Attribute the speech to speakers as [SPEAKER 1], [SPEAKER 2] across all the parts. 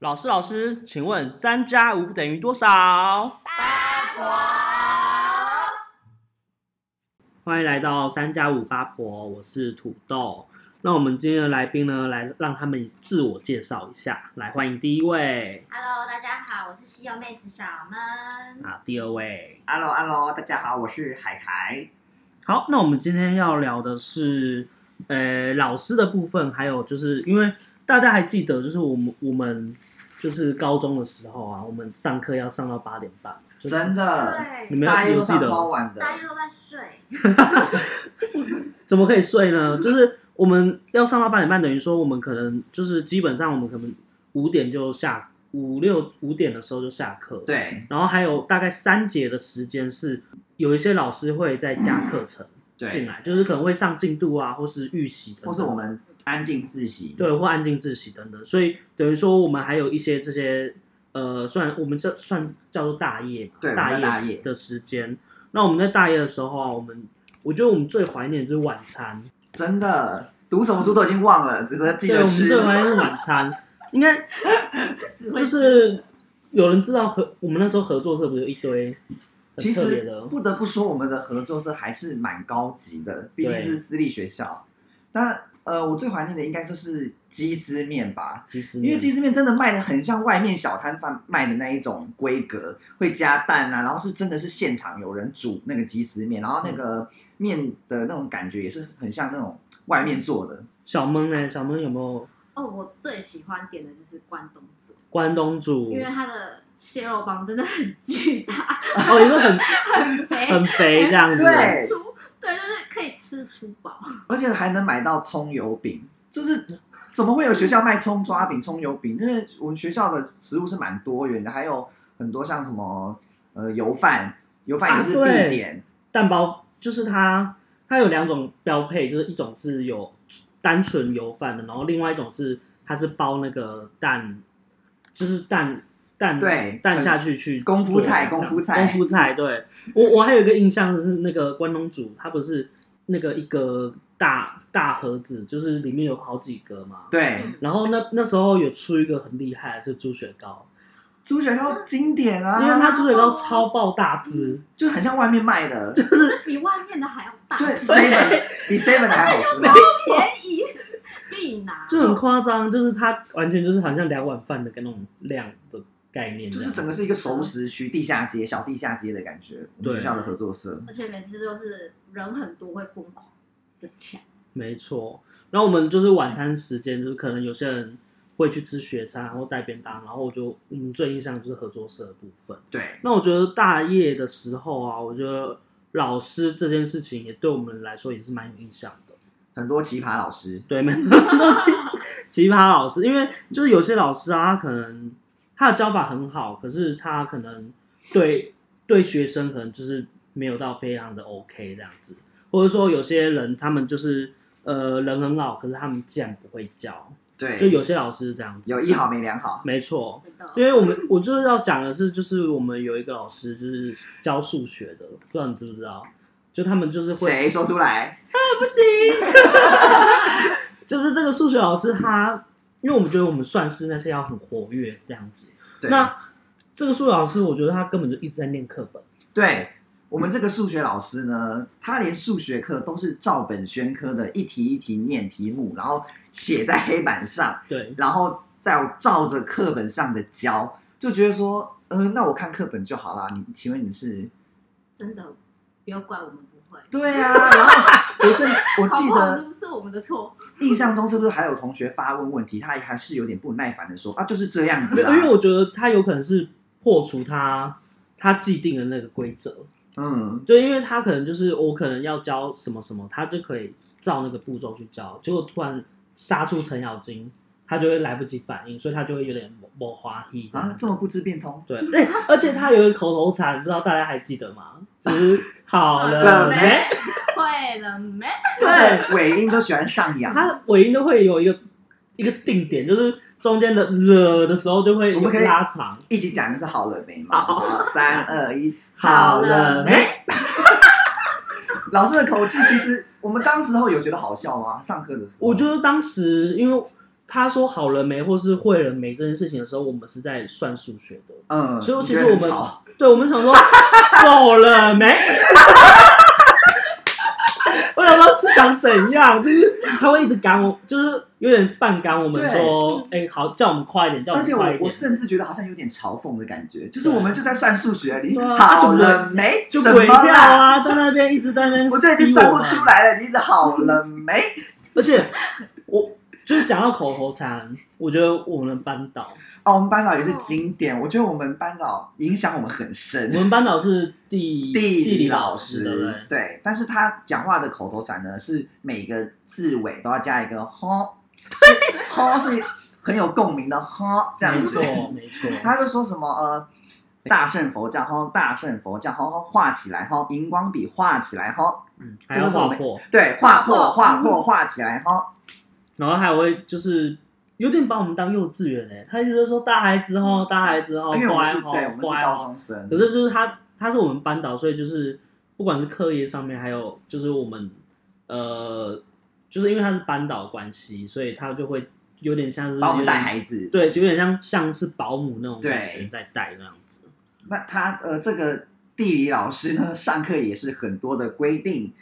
[SPEAKER 1] 老师，老师，请问三加五等于多少？
[SPEAKER 2] 八婆，
[SPEAKER 1] 欢迎来到三加五八婆，我是土豆。那我们今天的来宾呢，来让他们自我介绍一下。来，欢迎第一位
[SPEAKER 3] Hello，大家好，我是西柚妹子小闷。
[SPEAKER 1] 啊，第二位。
[SPEAKER 2] Hello Hello，大家好，我是海苔。
[SPEAKER 1] 好，那我们今天要聊的是，呃，老师的部分，还有就是因为大家还记得，就是我们我们就是高中的时候啊，我们上课要上到八点半，就是
[SPEAKER 2] 真的，
[SPEAKER 1] 你
[SPEAKER 3] 对，
[SPEAKER 1] 们
[SPEAKER 2] 大一
[SPEAKER 1] 有
[SPEAKER 2] 都
[SPEAKER 1] 记
[SPEAKER 2] 上
[SPEAKER 1] 得吗
[SPEAKER 2] 超晚的
[SPEAKER 3] 大，家都在睡，
[SPEAKER 1] 怎么可以睡呢？就是我们要上到八点半，等于说我们可能就是基本上我们可能五点就下五六五点的时候就下课，。
[SPEAKER 2] 对
[SPEAKER 1] 然后还有大概三节的时间是有一些老师会再加课程进
[SPEAKER 2] 嗯对，
[SPEAKER 1] 来，就是可能会上进度啊，或是预习等等，
[SPEAKER 2] 或是我们安静自习。
[SPEAKER 1] 对或安静自习等等。所以等于说我们还有一些这些呃，算我们这算叫做大业嘛，
[SPEAKER 2] 对我们
[SPEAKER 1] 大
[SPEAKER 2] 在大
[SPEAKER 1] 业
[SPEAKER 2] 业
[SPEAKER 1] 的时间。那我们在大业的时候啊，我们我觉得我们最怀念的就是晚餐。
[SPEAKER 2] 真的，读什么书都已经忘了，只是记
[SPEAKER 1] 对，我
[SPEAKER 2] 得
[SPEAKER 1] 们这
[SPEAKER 2] 吃。
[SPEAKER 1] 玩意是晚餐，应该
[SPEAKER 3] 只会
[SPEAKER 1] 就是有人知道合我们那时候合作社不是有一堆很
[SPEAKER 2] 其
[SPEAKER 1] 特别
[SPEAKER 2] 实
[SPEAKER 1] 的，
[SPEAKER 2] 不得不说，我们的合作社还是蛮高级的，毕竟是私立学校。那呃，我最怀念的应该就是鸡丝面吧，
[SPEAKER 1] 其实
[SPEAKER 2] 因为鸡丝面真的卖的很像外面小摊贩卖的那一种规格，会加蛋啊，然后是真的是现场有人煮那个鸡丝面，然后那
[SPEAKER 1] 嗯
[SPEAKER 2] 个面的那种感觉也是很像那种外面做的。
[SPEAKER 1] 小蒙呢，小蒙有没有
[SPEAKER 3] 哦，我最喜欢点的就是关东煮，
[SPEAKER 1] 关东煮？
[SPEAKER 3] 因为它的蟹肉棒真的很巨大，
[SPEAKER 1] 哦，也是 很
[SPEAKER 3] 很肥，
[SPEAKER 1] 很肥这样子，
[SPEAKER 2] 对
[SPEAKER 3] 粗，对，就是可以吃粗饱。
[SPEAKER 2] 而且还能买到葱油饼，就是怎么会有学校卖葱抓饼、葱油饼？因为我们学校的食物是蛮多元的，还有很多像什么呃油饭，油饭也是
[SPEAKER 1] 啊对
[SPEAKER 2] 必点，
[SPEAKER 1] 蛋包就是它，它有两种标配，就是一种是有单纯油饭的，然后另外一种是它是包那个蛋，就是蛋蛋
[SPEAKER 2] 对
[SPEAKER 1] 蛋下去去
[SPEAKER 2] 功夫菜
[SPEAKER 1] 做这样
[SPEAKER 2] 功夫菜
[SPEAKER 1] 功夫菜。对我我还有一个印象就是那个关东煮，它不是那个一个大大盒子，就是里面有好几个嘛。
[SPEAKER 2] 对，
[SPEAKER 3] 嗯
[SPEAKER 1] 然后那那时候有出一个很厉害的是猪血糕，
[SPEAKER 2] 猪血糕经典啊，
[SPEAKER 1] 因为它猪血糕超爆大只，
[SPEAKER 2] 就很像外面卖 的，
[SPEAKER 3] 就是比外面的还要大，
[SPEAKER 2] 对 seven 比 seven 还好 吃吗？
[SPEAKER 3] 超便宜，必拿。
[SPEAKER 1] 就很夸张，就是它完全就是好像两碗饭的那种量的概念这
[SPEAKER 2] 就
[SPEAKER 1] 样，
[SPEAKER 2] 是整个是一个熟食区、地下街、小地下街的感觉。我们
[SPEAKER 1] 对
[SPEAKER 2] 学校的合作社，
[SPEAKER 3] 而且每次都是人很多会疯狂的抢，
[SPEAKER 1] 没错。然后我们就是晚餐时间，就是可能有些人会去吃雪餐，然后带便当，然后我就我们最印象就是合作社的部分。
[SPEAKER 2] 对，
[SPEAKER 1] 那我觉得大业的时候啊，我觉得老师这件事情也对我们来说也是蛮有印象的。
[SPEAKER 2] 很多奇葩老师，
[SPEAKER 1] 对，没 奇葩老师，因为就是有些老师啊，他可能他的教法很好，可是他可能对对学生可能就是没有到非常的 OK 这样子，或者说有些人他们就是呃人很好，可是他们竟不会教，就
[SPEAKER 2] 对，
[SPEAKER 1] 有些老师是这样子，
[SPEAKER 2] 有一好没两好，
[SPEAKER 1] 没错。
[SPEAKER 3] 真的。
[SPEAKER 1] 因为我们我就是要讲的是，就是我们有一个老师就是教数学的，不知道你知不知道？就他们就是会
[SPEAKER 2] 谁说出来？
[SPEAKER 3] 不行，
[SPEAKER 1] 就是这个数学老师他，因为我们觉得我们算是那些要很活跃这样子。
[SPEAKER 2] 对，
[SPEAKER 1] 那这个数学老师，我觉得他根本就一直在念课本，
[SPEAKER 2] 对我们这个数学老师呢，他连数学课都是照本宣科的，一题一题念题目，然后写在黑板上，
[SPEAKER 1] 对，
[SPEAKER 2] 然后再照着课本上的教，就觉得说，嗯、那我看课本就好啦。你请问你是？
[SPEAKER 3] 真的不要怪我们不会，
[SPEAKER 2] 对啊，然后我是我
[SPEAKER 3] 好
[SPEAKER 2] 记
[SPEAKER 3] 不好
[SPEAKER 2] 得
[SPEAKER 3] 是不是我们的错？
[SPEAKER 2] 印象中是不是还有同学发问问题，他还是有点不耐烦的说啊，就是这样
[SPEAKER 1] 没
[SPEAKER 2] 子
[SPEAKER 1] 有因为
[SPEAKER 2] 啊。
[SPEAKER 1] 我觉得他有可能是破除他他既定的那个规则，
[SPEAKER 2] 嗯，
[SPEAKER 1] 就因为他可能就是我可能要教什么什么，他就可以照那个步骤去教，结果突然杀出程咬金，他就会来不及反应，所以他就会有点抹花一
[SPEAKER 2] 啊，这么不知变通。
[SPEAKER 1] 对，哎、而且他有一个口头禅，不知道大家还记得吗？就是 好了
[SPEAKER 2] 了
[SPEAKER 1] 没
[SPEAKER 2] 没？
[SPEAKER 3] 会了没？
[SPEAKER 2] 他的尾音都喜欢上扬，
[SPEAKER 1] 他尾音都会有一个一个定点，就是中间的了的时候就会有
[SPEAKER 2] 我们可以哦
[SPEAKER 1] 拉长。
[SPEAKER 2] 一起讲一次好了没嘛？好，三二一，
[SPEAKER 1] 好
[SPEAKER 2] 好
[SPEAKER 1] 了
[SPEAKER 2] 了
[SPEAKER 1] 没
[SPEAKER 2] 没？ 老师的口气，其实我们当时候有觉得好笑吗？上课的时候，
[SPEAKER 1] 我觉得当时因为他说好人没或是会人没这件事情的时候，我们是在算数学的。
[SPEAKER 2] 嗯，
[SPEAKER 1] 所以其
[SPEAKER 2] 你
[SPEAKER 1] 实
[SPEAKER 2] 觉得
[SPEAKER 1] 我
[SPEAKER 2] 很
[SPEAKER 1] 们
[SPEAKER 2] 吵
[SPEAKER 1] 对我们想说 够了没？我想说是想怎样？就是他会一直赶我，就是有点半赶我们
[SPEAKER 2] 对
[SPEAKER 1] 说，哎、好，叫我们快一点，叫我
[SPEAKER 2] 而
[SPEAKER 1] 们
[SPEAKER 2] 且
[SPEAKER 1] 快
[SPEAKER 2] 我
[SPEAKER 1] 一
[SPEAKER 2] 我
[SPEAKER 1] 点。
[SPEAKER 2] 甚至觉得好像有点嘲讽的感觉，就是
[SPEAKER 1] 对啊
[SPEAKER 2] 我们就在算数学，你
[SPEAKER 1] 对啊
[SPEAKER 2] 好
[SPEAKER 1] 啊
[SPEAKER 2] 了没？
[SPEAKER 1] 就
[SPEAKER 2] 什
[SPEAKER 1] 鬼
[SPEAKER 2] 么
[SPEAKER 1] 票
[SPEAKER 2] 啦？
[SPEAKER 1] 啊，在那边一直在那边，
[SPEAKER 2] 我这已经算不出。来了，你一直好了没？
[SPEAKER 1] 而且我就是讲到口头禅，我觉得我们班导，
[SPEAKER 2] 哦，我们班导也是经典，我觉得我们班导影响我们很
[SPEAKER 1] 我
[SPEAKER 2] 深。
[SPEAKER 1] 们班导是地地
[SPEAKER 2] 地
[SPEAKER 1] 理
[SPEAKER 2] 老
[SPEAKER 1] 师，对不对？
[SPEAKER 2] 对，但是他讲话的口头禅呢，是每个字尾都要加一个“ 吼”，吼是很有共鸣的“吼”这样
[SPEAKER 1] 没
[SPEAKER 2] 子。
[SPEAKER 1] 错，没错。
[SPEAKER 2] 他就说什么呃，大圣佛教，吼大圣佛教，吼吼画起来，吼荧光笔画起来，吼
[SPEAKER 1] 嗯，还要划破，
[SPEAKER 2] 对，画嗯破
[SPEAKER 3] 画破
[SPEAKER 2] 画破画起来哈。
[SPEAKER 1] 然后还会就是有点把我们当幼稚园哎、他一直都说大孩子哦，大孩子哦，
[SPEAKER 2] 因为我
[SPEAKER 1] 乖
[SPEAKER 2] 们是
[SPEAKER 1] 哦
[SPEAKER 2] 对，我们，是
[SPEAKER 1] 乖
[SPEAKER 2] 高
[SPEAKER 1] 哦。
[SPEAKER 2] 中生，
[SPEAKER 1] 可是就是他，他是我们班导，所以就是不管是课业上面，还有就是我们呃，就是因为他是班导关系，所以他就会有点像是
[SPEAKER 2] 把我们
[SPEAKER 1] 子，
[SPEAKER 2] 带孩子。
[SPEAKER 1] 对，就有点像像是保姆那种
[SPEAKER 2] 对
[SPEAKER 1] 感觉在带那样子。
[SPEAKER 2] 那他呃，这个地理老师呢，上课也是很多的规定，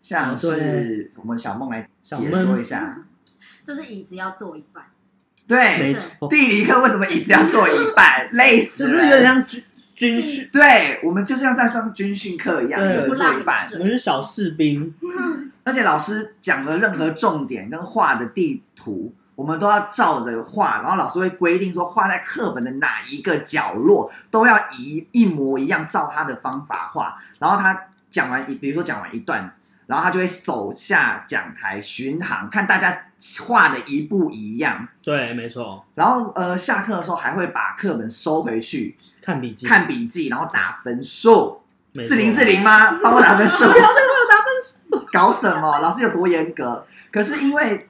[SPEAKER 2] 像
[SPEAKER 1] 哦对
[SPEAKER 2] 是我们小梦来
[SPEAKER 1] 小
[SPEAKER 2] 解
[SPEAKER 1] 梦
[SPEAKER 2] 说一下。
[SPEAKER 3] 就是椅子要坐一半，
[SPEAKER 1] 没
[SPEAKER 2] 对，
[SPEAKER 1] 错，
[SPEAKER 2] 地理课为什么椅子要坐一 半，累死
[SPEAKER 1] 就
[SPEAKER 2] 了
[SPEAKER 1] 是有点像军军训，
[SPEAKER 2] 对，我们就像在上军训课一样，
[SPEAKER 1] 对
[SPEAKER 2] 只能呃坐一半。
[SPEAKER 1] 我们是小士兵，
[SPEAKER 2] 而且老师讲的任何重点跟画的地图，我们都要照着画，然后老师会规定说画在课本的哪一个角落都要一一模一样照他的方法画。然后他讲完一，比如说讲完一段，然后他就会走下讲台巡航，看大家画的一不一样。
[SPEAKER 1] 对，没错，
[SPEAKER 2] 然后呃，下课的时候还会把课本收回去
[SPEAKER 1] 看笔记，
[SPEAKER 2] 看笔记，然后打分数。
[SPEAKER 1] 没
[SPEAKER 2] 是
[SPEAKER 1] 错
[SPEAKER 2] 林志玲吗？帮我打分数，不要再帮我打分数，搞什么？老师有多严格？可是因为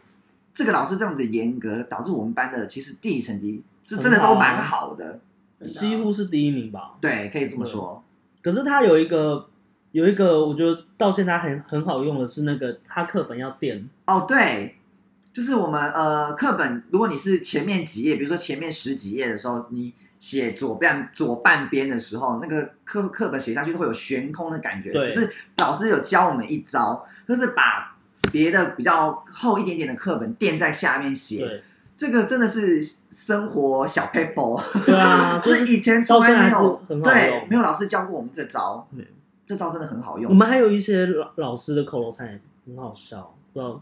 [SPEAKER 2] 这个老师这样的严格，导致我们班的其实地理成绩是真的都蛮
[SPEAKER 1] 啊
[SPEAKER 2] 好的，
[SPEAKER 3] 真的
[SPEAKER 1] 几乎是第一名吧。
[SPEAKER 2] 对，可以这么说。
[SPEAKER 1] 可是他有一个有一个，我觉得到现在很很好用的是那个他课本要垫，
[SPEAKER 2] 哦，对，就是我们呃课本，如果你是前面几页，比如说前面十几页的时候，你写左半左半边的时候，那个课课本写下去都会有悬空的感觉。可
[SPEAKER 1] 对
[SPEAKER 2] 是老师有教我们一招，就是把别的比较厚一点点的课本垫在下面写。
[SPEAKER 1] 对
[SPEAKER 2] 这个真的是生活小 paper，
[SPEAKER 1] 对 啊，就
[SPEAKER 2] 就是是以前从来
[SPEAKER 1] 到现在还
[SPEAKER 2] 没有
[SPEAKER 1] 是很好
[SPEAKER 2] 对
[SPEAKER 1] 用
[SPEAKER 2] 没有老师教过我们这招
[SPEAKER 1] 嗯，
[SPEAKER 2] 这招真的很好用。
[SPEAKER 1] 我们还有一些老老师的口头禅也很好笑，不知道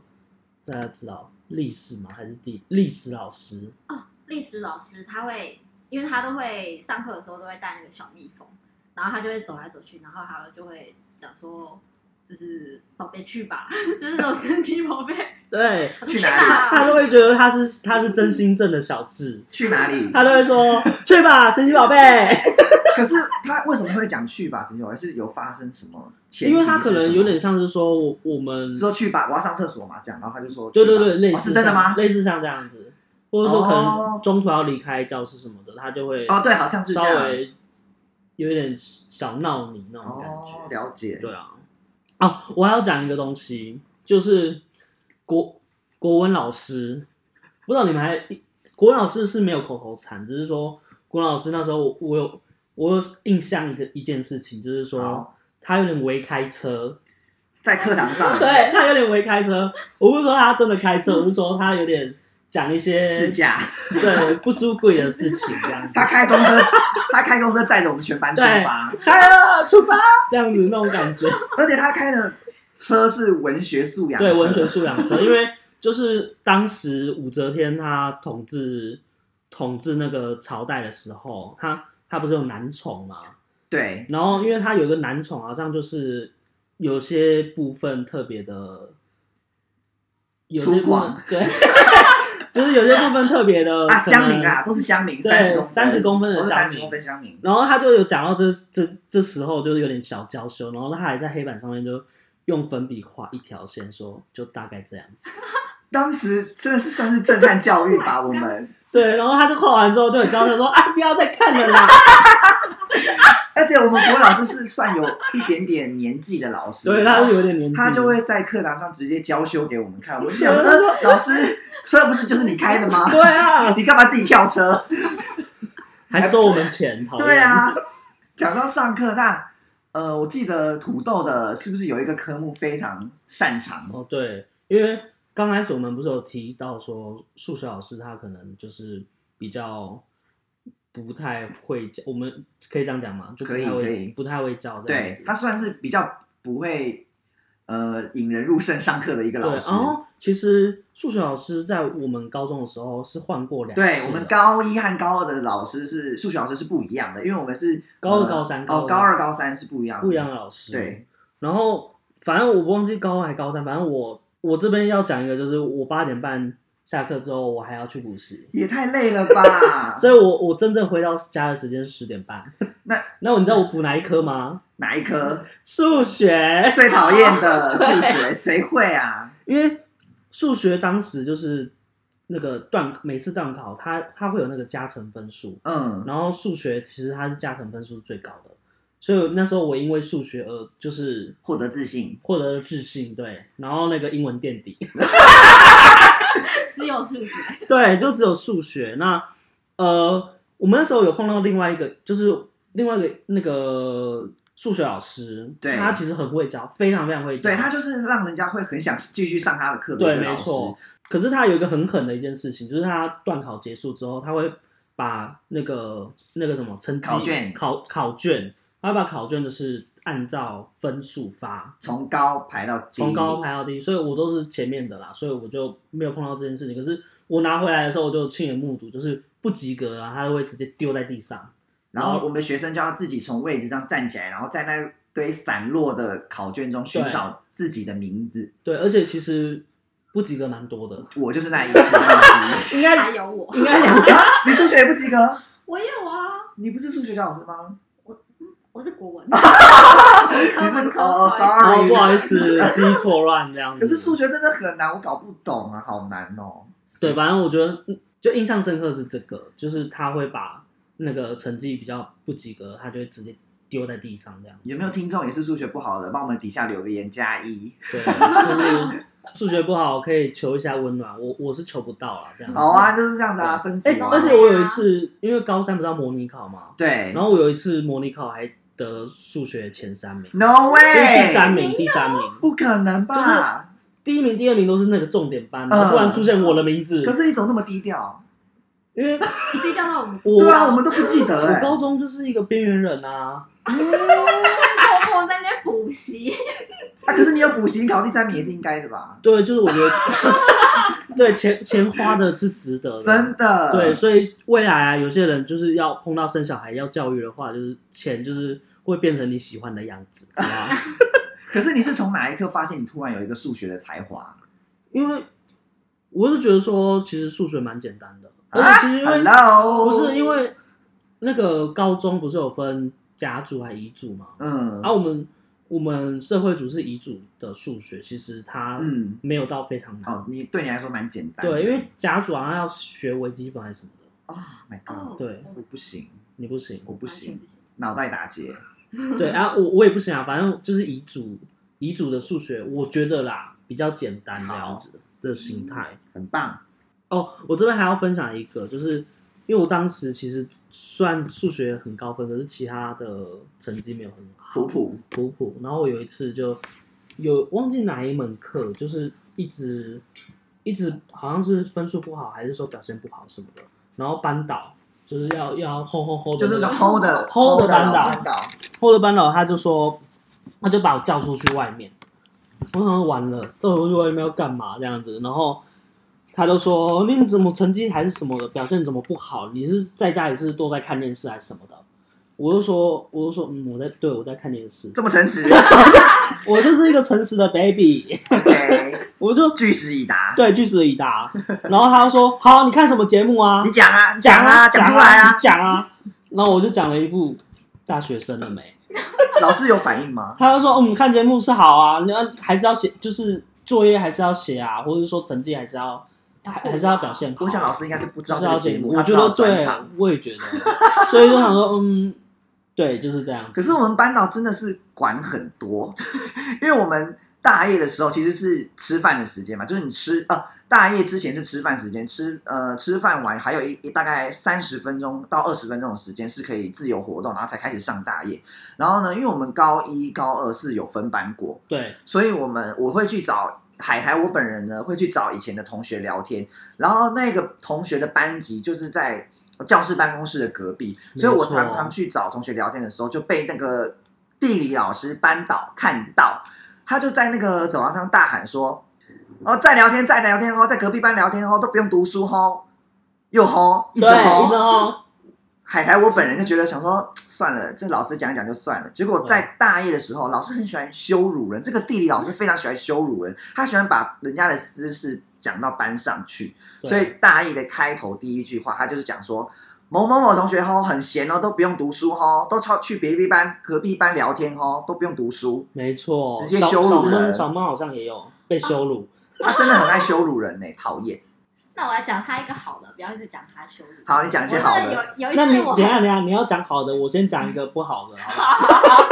[SPEAKER 1] 大家知道历史吗？还是地历史老师？
[SPEAKER 3] 哦，历史老师他会，因为他都会上课的时候都会带那个小蜜蜂，然后他就会走来走去，然后还有就会讲说，就是宝贝去吧， 就是那种神奇宝贝
[SPEAKER 1] 对，
[SPEAKER 2] 去
[SPEAKER 1] 他
[SPEAKER 2] 哪
[SPEAKER 1] 他
[SPEAKER 3] 吧
[SPEAKER 1] 都会觉得他是他是真心正的小智，
[SPEAKER 2] 去哪里？
[SPEAKER 1] 他都会 说去吧，神奇宝贝，
[SPEAKER 2] 可是他为什么会讲去吧？陈九是有发生什么前提？
[SPEAKER 1] 因为他可能有点像是说我我们
[SPEAKER 2] 说去吧，我要上厕所嘛，这样，然后他就说
[SPEAKER 1] 对
[SPEAKER 2] 去
[SPEAKER 1] 对
[SPEAKER 2] 吧
[SPEAKER 1] 对，类
[SPEAKER 2] 哦
[SPEAKER 1] 似
[SPEAKER 2] 是真的
[SPEAKER 1] 像
[SPEAKER 2] 吗？
[SPEAKER 1] 类似像这样子，或者说可
[SPEAKER 2] 哦
[SPEAKER 1] 能中途要离开教室什么的，他就会
[SPEAKER 2] 哦，对，好像是这
[SPEAKER 1] 稍
[SPEAKER 2] 样。
[SPEAKER 1] 微有点小闹你那种感
[SPEAKER 2] 哦，
[SPEAKER 1] 觉。
[SPEAKER 2] 了解。
[SPEAKER 1] 对啊，哦，我还要讲一个东西，就是国国文老师，不知道你们还国文老师是没有口头禅，只是说国文老师那时候我我有我有印象一个一件事情，就是说
[SPEAKER 2] 好
[SPEAKER 1] 他有点微开车。
[SPEAKER 2] 在课堂上，
[SPEAKER 1] 对他有点微开车，我不是说他真的开车，我是说他有点讲一些
[SPEAKER 2] 自驾，
[SPEAKER 1] 对不输贵的事情这样子。
[SPEAKER 2] 他开公车， 他开公车载着我们全班出
[SPEAKER 1] 对
[SPEAKER 2] 发，
[SPEAKER 1] 开了，出发，这样子那种感觉。
[SPEAKER 2] 而且他开的车是文学素养
[SPEAKER 1] 对，文
[SPEAKER 2] 车
[SPEAKER 1] 学素养车，因为就是当时武则天她统治统治那个朝代的时候，她她不是有男宠嘛，
[SPEAKER 2] 对，
[SPEAKER 1] 然后因为她有一个男宠，好像就是有些部分特别的。有些部
[SPEAKER 2] 粗
[SPEAKER 1] 分
[SPEAKER 2] 犷
[SPEAKER 1] 对，就是有些部分特别的
[SPEAKER 2] 啊，
[SPEAKER 1] 呃可
[SPEAKER 2] 乡民
[SPEAKER 1] 能
[SPEAKER 2] 啊，都是乡民，
[SPEAKER 1] 对
[SPEAKER 2] 三十公
[SPEAKER 1] 30公分的
[SPEAKER 2] 都是
[SPEAKER 1] 乡
[SPEAKER 2] 三
[SPEAKER 1] 民
[SPEAKER 2] 十公分乡民。
[SPEAKER 1] 然后他就有讲到这这这时候就是有点小娇羞，然后他还在黑板上面就用粉笔画一条线说，就大概这样子。
[SPEAKER 2] 当时真的是算是震撼教育吧，我们
[SPEAKER 1] 哎对，然后他就画完之后就很娇羞说：“啊，不要再看了啦。”
[SPEAKER 2] 而且我们国文老师是算有一点点年纪的老师，
[SPEAKER 1] 所以他是有点年纪，
[SPEAKER 2] 他就会在课堂上直接教修给我们看。我就想，呃，老师，车不是就是你开的吗？
[SPEAKER 1] 对啊，
[SPEAKER 2] 你干嘛自己跳车？
[SPEAKER 1] 还收我们钱，讨厌
[SPEAKER 2] 对，啊，讲到上课，那呃，我记得土豆的是不是有一个科目非常擅长？
[SPEAKER 1] 哦对，因为刚开始我们不是有提到说数学老师他可能就是比较不太会教，我们可以这样讲吗？就不太
[SPEAKER 2] 可以可
[SPEAKER 1] 会
[SPEAKER 2] 以
[SPEAKER 1] 不太会教这样
[SPEAKER 2] 对
[SPEAKER 1] 子，
[SPEAKER 2] 他算是比较不会呃引人入胜上课的一个
[SPEAKER 1] 对，哦
[SPEAKER 2] 老师
[SPEAKER 1] 然。后其实数学老师在我们高中的时候是换过两次的，
[SPEAKER 2] 对我们高一和高二的老师是数学老师是不一样的，因为我们是
[SPEAKER 1] 高二
[SPEAKER 2] 呃
[SPEAKER 1] 高三高
[SPEAKER 2] 哦，
[SPEAKER 1] 二
[SPEAKER 2] 高二高三是不一样的，
[SPEAKER 1] 不一样的老师。
[SPEAKER 2] 对，
[SPEAKER 1] 然后反正我忘记高二还高三，反正我我这边要讲一个，就是我八点半下课之后，我还要去补习，？
[SPEAKER 2] 也太累了 吧
[SPEAKER 1] 所以我我真正回到家的时间是十点半。
[SPEAKER 2] 那
[SPEAKER 1] 那你知道我补哪一科吗？
[SPEAKER 2] 哪一科
[SPEAKER 1] 数学，
[SPEAKER 2] 最讨厌的数 学？谁会啊？
[SPEAKER 1] 因为数学当时就是那个段，每次段考它它会有那个加成分数，
[SPEAKER 2] 嗯，
[SPEAKER 1] 然后数学其实它是加成分数最高的，所以那时候我因为数学而就是
[SPEAKER 2] 获得自信，
[SPEAKER 1] 获得了自信，对，然后那个英文垫底，
[SPEAKER 3] 只有数学，
[SPEAKER 1] 对，就只有数学。那呃，我们那时候有碰到另外一个，就是另外一个那个数学老师，
[SPEAKER 2] 对
[SPEAKER 1] 他其实很会教，非常非常会教，
[SPEAKER 2] 对他就是让人家会很想继续上他的课的
[SPEAKER 1] 对，
[SPEAKER 2] 一个
[SPEAKER 1] 没
[SPEAKER 2] 老师。
[SPEAKER 1] 错。可是他有一个很狠的一件事情，就是他段考结束之后，他会把那个那个什么成绩
[SPEAKER 2] 考卷
[SPEAKER 1] 考考卷，他会把考卷就是按照分数发，
[SPEAKER 2] 从高排到低
[SPEAKER 1] 从高排到低，所以我都是前面的啦，所以我就没有碰到这件事情。可是我拿回来的时候，我就亲眼目睹，就是不及格啊，他会直接丢在地上。
[SPEAKER 2] 然后我们学生就要自己从位置上站起来，然后在那堆散落的考卷中寻找自己的名字。
[SPEAKER 1] 对，而且其实不及格蛮多的，哦
[SPEAKER 2] 我就是那一 期那一期
[SPEAKER 1] 应
[SPEAKER 3] 还
[SPEAKER 1] 该
[SPEAKER 3] 有我，
[SPEAKER 1] 应该 两
[SPEAKER 2] 啊！你数学也不及格？
[SPEAKER 3] 我有啊，
[SPEAKER 2] 你不是数学老师吗？
[SPEAKER 3] 我是 国文，
[SPEAKER 2] 你
[SPEAKER 3] 科
[SPEAKER 2] 是
[SPEAKER 3] 文科文
[SPEAKER 2] 哦
[SPEAKER 1] 哦，
[SPEAKER 2] ，sorry，
[SPEAKER 1] 不好意思，记忆错乱这样子。
[SPEAKER 2] 可是数学真的很难，我搞不懂啊，好难哦。
[SPEAKER 1] 对，反正我觉得嗯就印象深刻是这个，就是他会把那个成绩比较不及格，他就会直接丢在地上这样。
[SPEAKER 2] 有没有听众也是数学不好的，帮我们底下留个言加一。
[SPEAKER 1] 对， 就是数学不好可以求一下温暖，我我是求不到啦，这样子。
[SPEAKER 2] 好啊，就是这样子啊，分组
[SPEAKER 1] 哎、
[SPEAKER 2] 啊
[SPEAKER 1] 而。且我有一次，因为高三不是要模拟考嘛，
[SPEAKER 2] 对
[SPEAKER 1] 然后我有一次模拟考还得数学前三名，
[SPEAKER 2] ，No
[SPEAKER 1] 就是第三
[SPEAKER 2] way，
[SPEAKER 1] 名，第三名，
[SPEAKER 2] 不可能吧？
[SPEAKER 1] 第一名、第二名都是那个重点班，
[SPEAKER 2] 嗯
[SPEAKER 1] 然后突然出现我的名字，
[SPEAKER 2] 可是你怎么那么低调？
[SPEAKER 1] 因为
[SPEAKER 3] 低调到我们
[SPEAKER 1] 我
[SPEAKER 2] 对啊，我们都不记得
[SPEAKER 1] 我
[SPEAKER 2] 哎。
[SPEAKER 1] 高中就是一个边缘人啊，
[SPEAKER 3] 默默在那边补习，
[SPEAKER 2] 啊，可是你有补习，你考第三名也是应该的吧？
[SPEAKER 1] 对，就是我觉得， 对钱钱花的是值得的，
[SPEAKER 2] 真的，
[SPEAKER 1] 对，，所以未来啊，有些人就是要碰到生小孩要教育的话，就是钱就是会变成你喜欢的样子，好吧
[SPEAKER 2] 可是你是从哪一刻发现你突然有一个数学的才华？
[SPEAKER 1] 因为我是觉得说，其实数学蛮简单的，而
[SPEAKER 2] 啊
[SPEAKER 1] 且其实因为、
[SPEAKER 2] Hello，
[SPEAKER 1] 不是因为那个高中不是有分甲组还乙组嘛，
[SPEAKER 2] 嗯
[SPEAKER 1] 啊，我们我们社会组是乙组的数学，其实它
[SPEAKER 2] 嗯，
[SPEAKER 1] 没有到非常难，
[SPEAKER 2] 哦，你对你来说蛮简单的，
[SPEAKER 1] 对，因为甲组好像要学微积分还是什么的。
[SPEAKER 2] 哦 my god，
[SPEAKER 3] 哦，
[SPEAKER 1] 对
[SPEAKER 2] 我不行，
[SPEAKER 1] 你不 行，
[SPEAKER 2] 我不
[SPEAKER 3] 不行
[SPEAKER 2] 行，
[SPEAKER 3] 不行，
[SPEAKER 2] 脑袋打结，
[SPEAKER 1] 对啊，我我也不行啊，反正就是乙组乙组的数学，我觉得啦比较简单这样子的形态。
[SPEAKER 2] 很棒，
[SPEAKER 1] 哦，我这边还要分享一个，就是因为我当时其实虽然数学很高分，可是其他的成绩没有很好，
[SPEAKER 2] 普普，
[SPEAKER 1] 普普。然后我有一次就有忘记哪一门课，就是一直一直好像是分数不好，还是说表现不好什么的，然后班导就是要要吼吼吼的
[SPEAKER 2] 就
[SPEAKER 1] 那
[SPEAKER 2] 是
[SPEAKER 1] 个，
[SPEAKER 2] 那个 hold 的
[SPEAKER 1] hold 的班导
[SPEAKER 2] 班导，
[SPEAKER 1] 后来班导他就说，他就把我叫出去外面。我想说完了，叫我出去外面要干嘛这样子？然后他就说：“你怎么成绩还是什么的表现怎么不好？你是在家里是都在看电视还是什么的？”我就说：“我就说，嗯，我在对我在看电视，
[SPEAKER 2] 这么诚 实
[SPEAKER 1] 我就是一个诚实的 baby。
[SPEAKER 2] ，OK，”
[SPEAKER 1] 我就
[SPEAKER 2] 据实以答，
[SPEAKER 1] 对据实以 答。然后他就说：“好，你看什么节目啊？
[SPEAKER 2] 你讲啊，讲啊，
[SPEAKER 1] 讲
[SPEAKER 2] 讲出来
[SPEAKER 1] 啊，
[SPEAKER 2] 啊
[SPEAKER 1] 你，讲啊。”然后我就讲了一部《大学生了没》。
[SPEAKER 2] 老师有反应吗？
[SPEAKER 1] 他就说，嗯，看节目是好啊，你要还是要写，就是作业还是要写啊，或者说成绩还是要，还还是要表现好。
[SPEAKER 2] 我想老师应该是不知
[SPEAKER 1] 就
[SPEAKER 2] 道
[SPEAKER 1] 是
[SPEAKER 2] 这
[SPEAKER 1] 要
[SPEAKER 2] 个
[SPEAKER 1] 写
[SPEAKER 2] 节目，
[SPEAKER 1] 我
[SPEAKER 2] 他
[SPEAKER 1] 觉
[SPEAKER 2] 知
[SPEAKER 1] 得
[SPEAKER 2] 道
[SPEAKER 1] 对
[SPEAKER 2] 转场，，
[SPEAKER 1] 我也觉得，所以就想说，嗯，对，就是这样。
[SPEAKER 2] 可是我们班导真的是管很多， 因为我们大夜的时候其实是吃饭的时间嘛，就是你吃呃大夜之前是吃饭时间，吃呃吃饭完还有一一大概三十分钟到二十分钟的时间是可以自由活动，然后才开始上大夜。然后呢，因为我们高一高二是有分班过，
[SPEAKER 1] 对，
[SPEAKER 2] 所以我们我会去找海苔，我本人呢会去找以前的同学聊天，然后那个同学的班级就是在教室办公室的隔壁，
[SPEAKER 1] 没错
[SPEAKER 2] 所以我常常去找同学聊天的时候就被那个地理老师班导看到，他就在那个走廊上大喊说：“哦，在聊天，在聊天哦，在隔壁班聊天哦，都不用读书哦，又吼，一直
[SPEAKER 1] 对，
[SPEAKER 2] 吼，
[SPEAKER 1] 一直 哦，
[SPEAKER 2] 海苔，我本人就觉得想说算了，这老师讲一讲就算了。结
[SPEAKER 1] 嗯
[SPEAKER 2] 果在大一的时候，老师很喜欢羞辱人，这个地理老师非常喜欢羞辱人，他喜欢把人家的私事讲到班上去。
[SPEAKER 1] 对
[SPEAKER 2] 所以大一的开头第一句话，他就是讲说某某某同学吼很闲哦，都不用读书吼，都超去别壁班、隔壁班聊天吼，都不用读书。
[SPEAKER 1] 没错，
[SPEAKER 2] 直接
[SPEAKER 1] 小
[SPEAKER 2] 羞辱
[SPEAKER 1] 小闷
[SPEAKER 2] 人
[SPEAKER 1] 小闷好像也有被羞辱，
[SPEAKER 2] 他真的很爱羞辱人呢、讨厌。
[SPEAKER 3] 那我来讲他一个好的，不要一直讲他羞辱。
[SPEAKER 2] 好，你讲一些好
[SPEAKER 3] 我真
[SPEAKER 2] 的。
[SPEAKER 3] 的有有一
[SPEAKER 1] 那你
[SPEAKER 3] 次啊我
[SPEAKER 1] 等一下等一下，你要讲好的，我先讲一个不好的，好吧？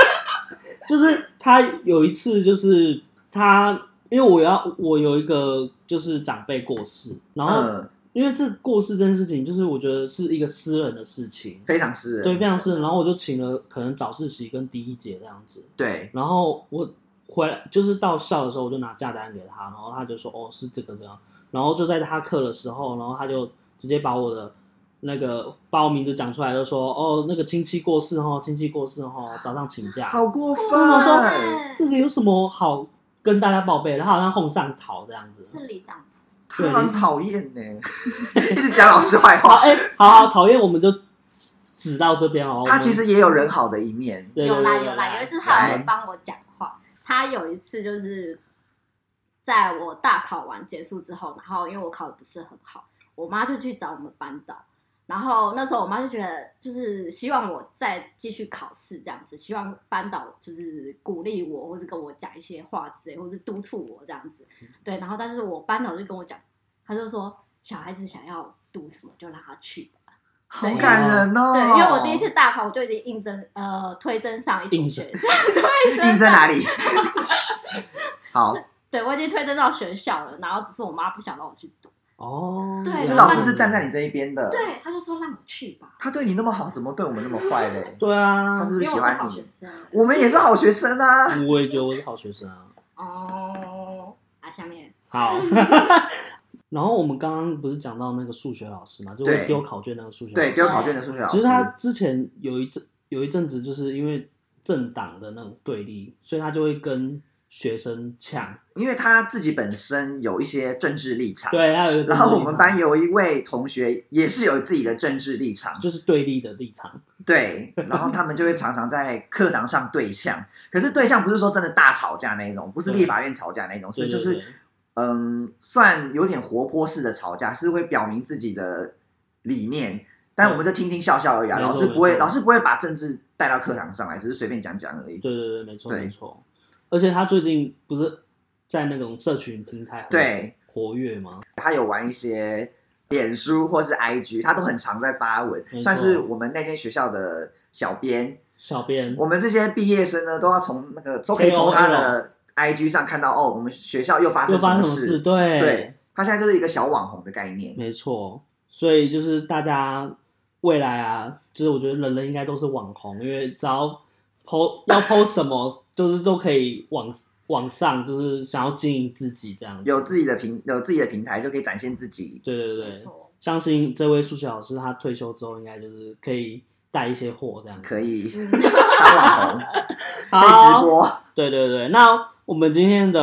[SPEAKER 1] 就是他有一次，就是他，因为我要我有一个就是长辈过世，然后、
[SPEAKER 2] 嗯，
[SPEAKER 1] 因为这过世这件事情，就是我觉得是一个私人的事情，
[SPEAKER 2] 非常私人。
[SPEAKER 1] 对，非常私人。然后我就请了可能早自习跟第一节这样子，
[SPEAKER 2] 对
[SPEAKER 1] 然后我回来就是到校的时候，我就拿假单给他，然后他就说哦是这个这样，然后就在他课的时候，然后他就直接把我的那个把我名字讲出来，就说哦那个亲戚过世哦，亲戚过世哦，早上请假。
[SPEAKER 2] 好过分。
[SPEAKER 1] 我说
[SPEAKER 3] 对
[SPEAKER 2] 嗯
[SPEAKER 1] 这个有什么好跟大家报备？然后好像哄上逃这样子。
[SPEAKER 3] 是里长，
[SPEAKER 2] 他很讨厌呢， 一直讲老师坏
[SPEAKER 1] 好，
[SPEAKER 2] 话。
[SPEAKER 1] 哎、好好讨厌，我们就指到这边哦。
[SPEAKER 2] 他其实也有人好的一面，
[SPEAKER 1] 我们
[SPEAKER 3] 有
[SPEAKER 1] 对对
[SPEAKER 3] 啦
[SPEAKER 1] 对对
[SPEAKER 3] 有啦，有一次
[SPEAKER 2] 来
[SPEAKER 3] 他有帮我讲话，他有一次就是在我大考完结束之后，然后因为我考的不是很好，我妈就去找我们班导，然后那时候我妈就觉得就是希望我再继续考试这样子，希望班导就是鼓励我或者跟我讲一些话之类，或者督促我这样子，
[SPEAKER 1] 嗯
[SPEAKER 3] 对，然后但是我班导就跟我讲，他就说小孩子想要读什么就让他去吧。
[SPEAKER 2] 好感人哦。
[SPEAKER 3] 对，因为我第一次大考，我就已经应征呃推甄上一所
[SPEAKER 1] 应
[SPEAKER 3] 学
[SPEAKER 1] 征，
[SPEAKER 3] 对，
[SPEAKER 2] 印在哪里？好，
[SPEAKER 3] 对我已经推甄到学校了，然后只是我妈不想让我去读，
[SPEAKER 1] 哦，
[SPEAKER 3] 对
[SPEAKER 2] 所以老师是站在你这一边的。
[SPEAKER 3] 嗯对，她就说让我去吧，
[SPEAKER 2] 他对你那么好，怎么对我们那么坏嘞？
[SPEAKER 1] 对啊
[SPEAKER 2] 他，是
[SPEAKER 3] 嗯因为
[SPEAKER 2] 不
[SPEAKER 3] 我
[SPEAKER 2] 是喜
[SPEAKER 3] 是
[SPEAKER 2] 欢
[SPEAKER 3] 好学
[SPEAKER 2] 你？
[SPEAKER 3] 生嗯
[SPEAKER 2] 我们也是好学生啊。
[SPEAKER 1] 我也觉得我是好学生啊。
[SPEAKER 3] 哦。啊，下面
[SPEAKER 1] 好， 然后我们刚刚不是讲到那个数学老师嘛，就
[SPEAKER 2] 对
[SPEAKER 1] 会丢考卷那个数学老师
[SPEAKER 2] 对，丢考卷的数学老师。
[SPEAKER 1] 其实他之前有一阵有一阵子，就是因为政党的那种对立，所以他就会跟学生抢。
[SPEAKER 2] 因为他自己本身有一些政治立场，
[SPEAKER 1] 对，他有一个政治立场
[SPEAKER 2] 然后我们班有一位同学也是有自己的政治立场，
[SPEAKER 1] 就是对立的立场，
[SPEAKER 2] 对，然后他们就会常常在课堂上对象，可是对象不是说真的大吵架那一种，不是立法院吵架那一种，
[SPEAKER 1] 对
[SPEAKER 2] 是
[SPEAKER 1] 对
[SPEAKER 2] 就是
[SPEAKER 1] 对
[SPEAKER 2] 嗯，算有点活泼式的吵架，是会表明自己的理念，但我们就听听笑笑而已啊。
[SPEAKER 1] 没错
[SPEAKER 2] 老师不会，
[SPEAKER 1] 没错
[SPEAKER 2] 老师不会把政治带到课堂上来，只是随便讲讲而已。
[SPEAKER 1] 对对对，没错
[SPEAKER 2] 对
[SPEAKER 1] 没错。而且他最近不是在那种社群平台很
[SPEAKER 2] 对
[SPEAKER 1] 活跃吗？
[SPEAKER 2] 他有玩一些脸书或是 IG，他都很常在发文
[SPEAKER 1] 没，错
[SPEAKER 2] 算是我们那间学校的小编。
[SPEAKER 1] 小编
[SPEAKER 2] 我们这些毕业生呢，都要从那个都可以从他的 IG 上看到哦，我们学校又发
[SPEAKER 1] 哦又
[SPEAKER 2] 生
[SPEAKER 1] 发生
[SPEAKER 2] 什么
[SPEAKER 1] 什么事？
[SPEAKER 2] 事。
[SPEAKER 1] 对
[SPEAKER 2] 对，他现在就是一个小网红的概念。
[SPEAKER 1] 没错，所以就是大家未来啊，就是我觉得人人应该都是网红，因为只要 po 要 po 什么，就是都可以往往上，就是想要经营自己这样子。
[SPEAKER 2] 有自己的平有自己的平台就可以展现自己，
[SPEAKER 1] 对对
[SPEAKER 3] 没
[SPEAKER 1] 对，
[SPEAKER 3] 错，
[SPEAKER 1] 相信这位数学老师他退休之后，应该就是可以带一些货这样子。
[SPEAKER 2] 可以
[SPEAKER 3] 嗯
[SPEAKER 2] 当网红，可以直
[SPEAKER 1] 好，
[SPEAKER 2] 播，
[SPEAKER 1] 对对对，那我们今天的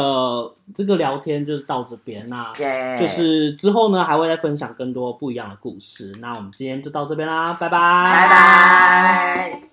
[SPEAKER 1] 这个聊天就是到这边那。
[SPEAKER 2] 耶！
[SPEAKER 1] 就是之后呢，还会再分享更多不一样的故事。那我们今天就到这边啦，拜
[SPEAKER 2] 拜拜。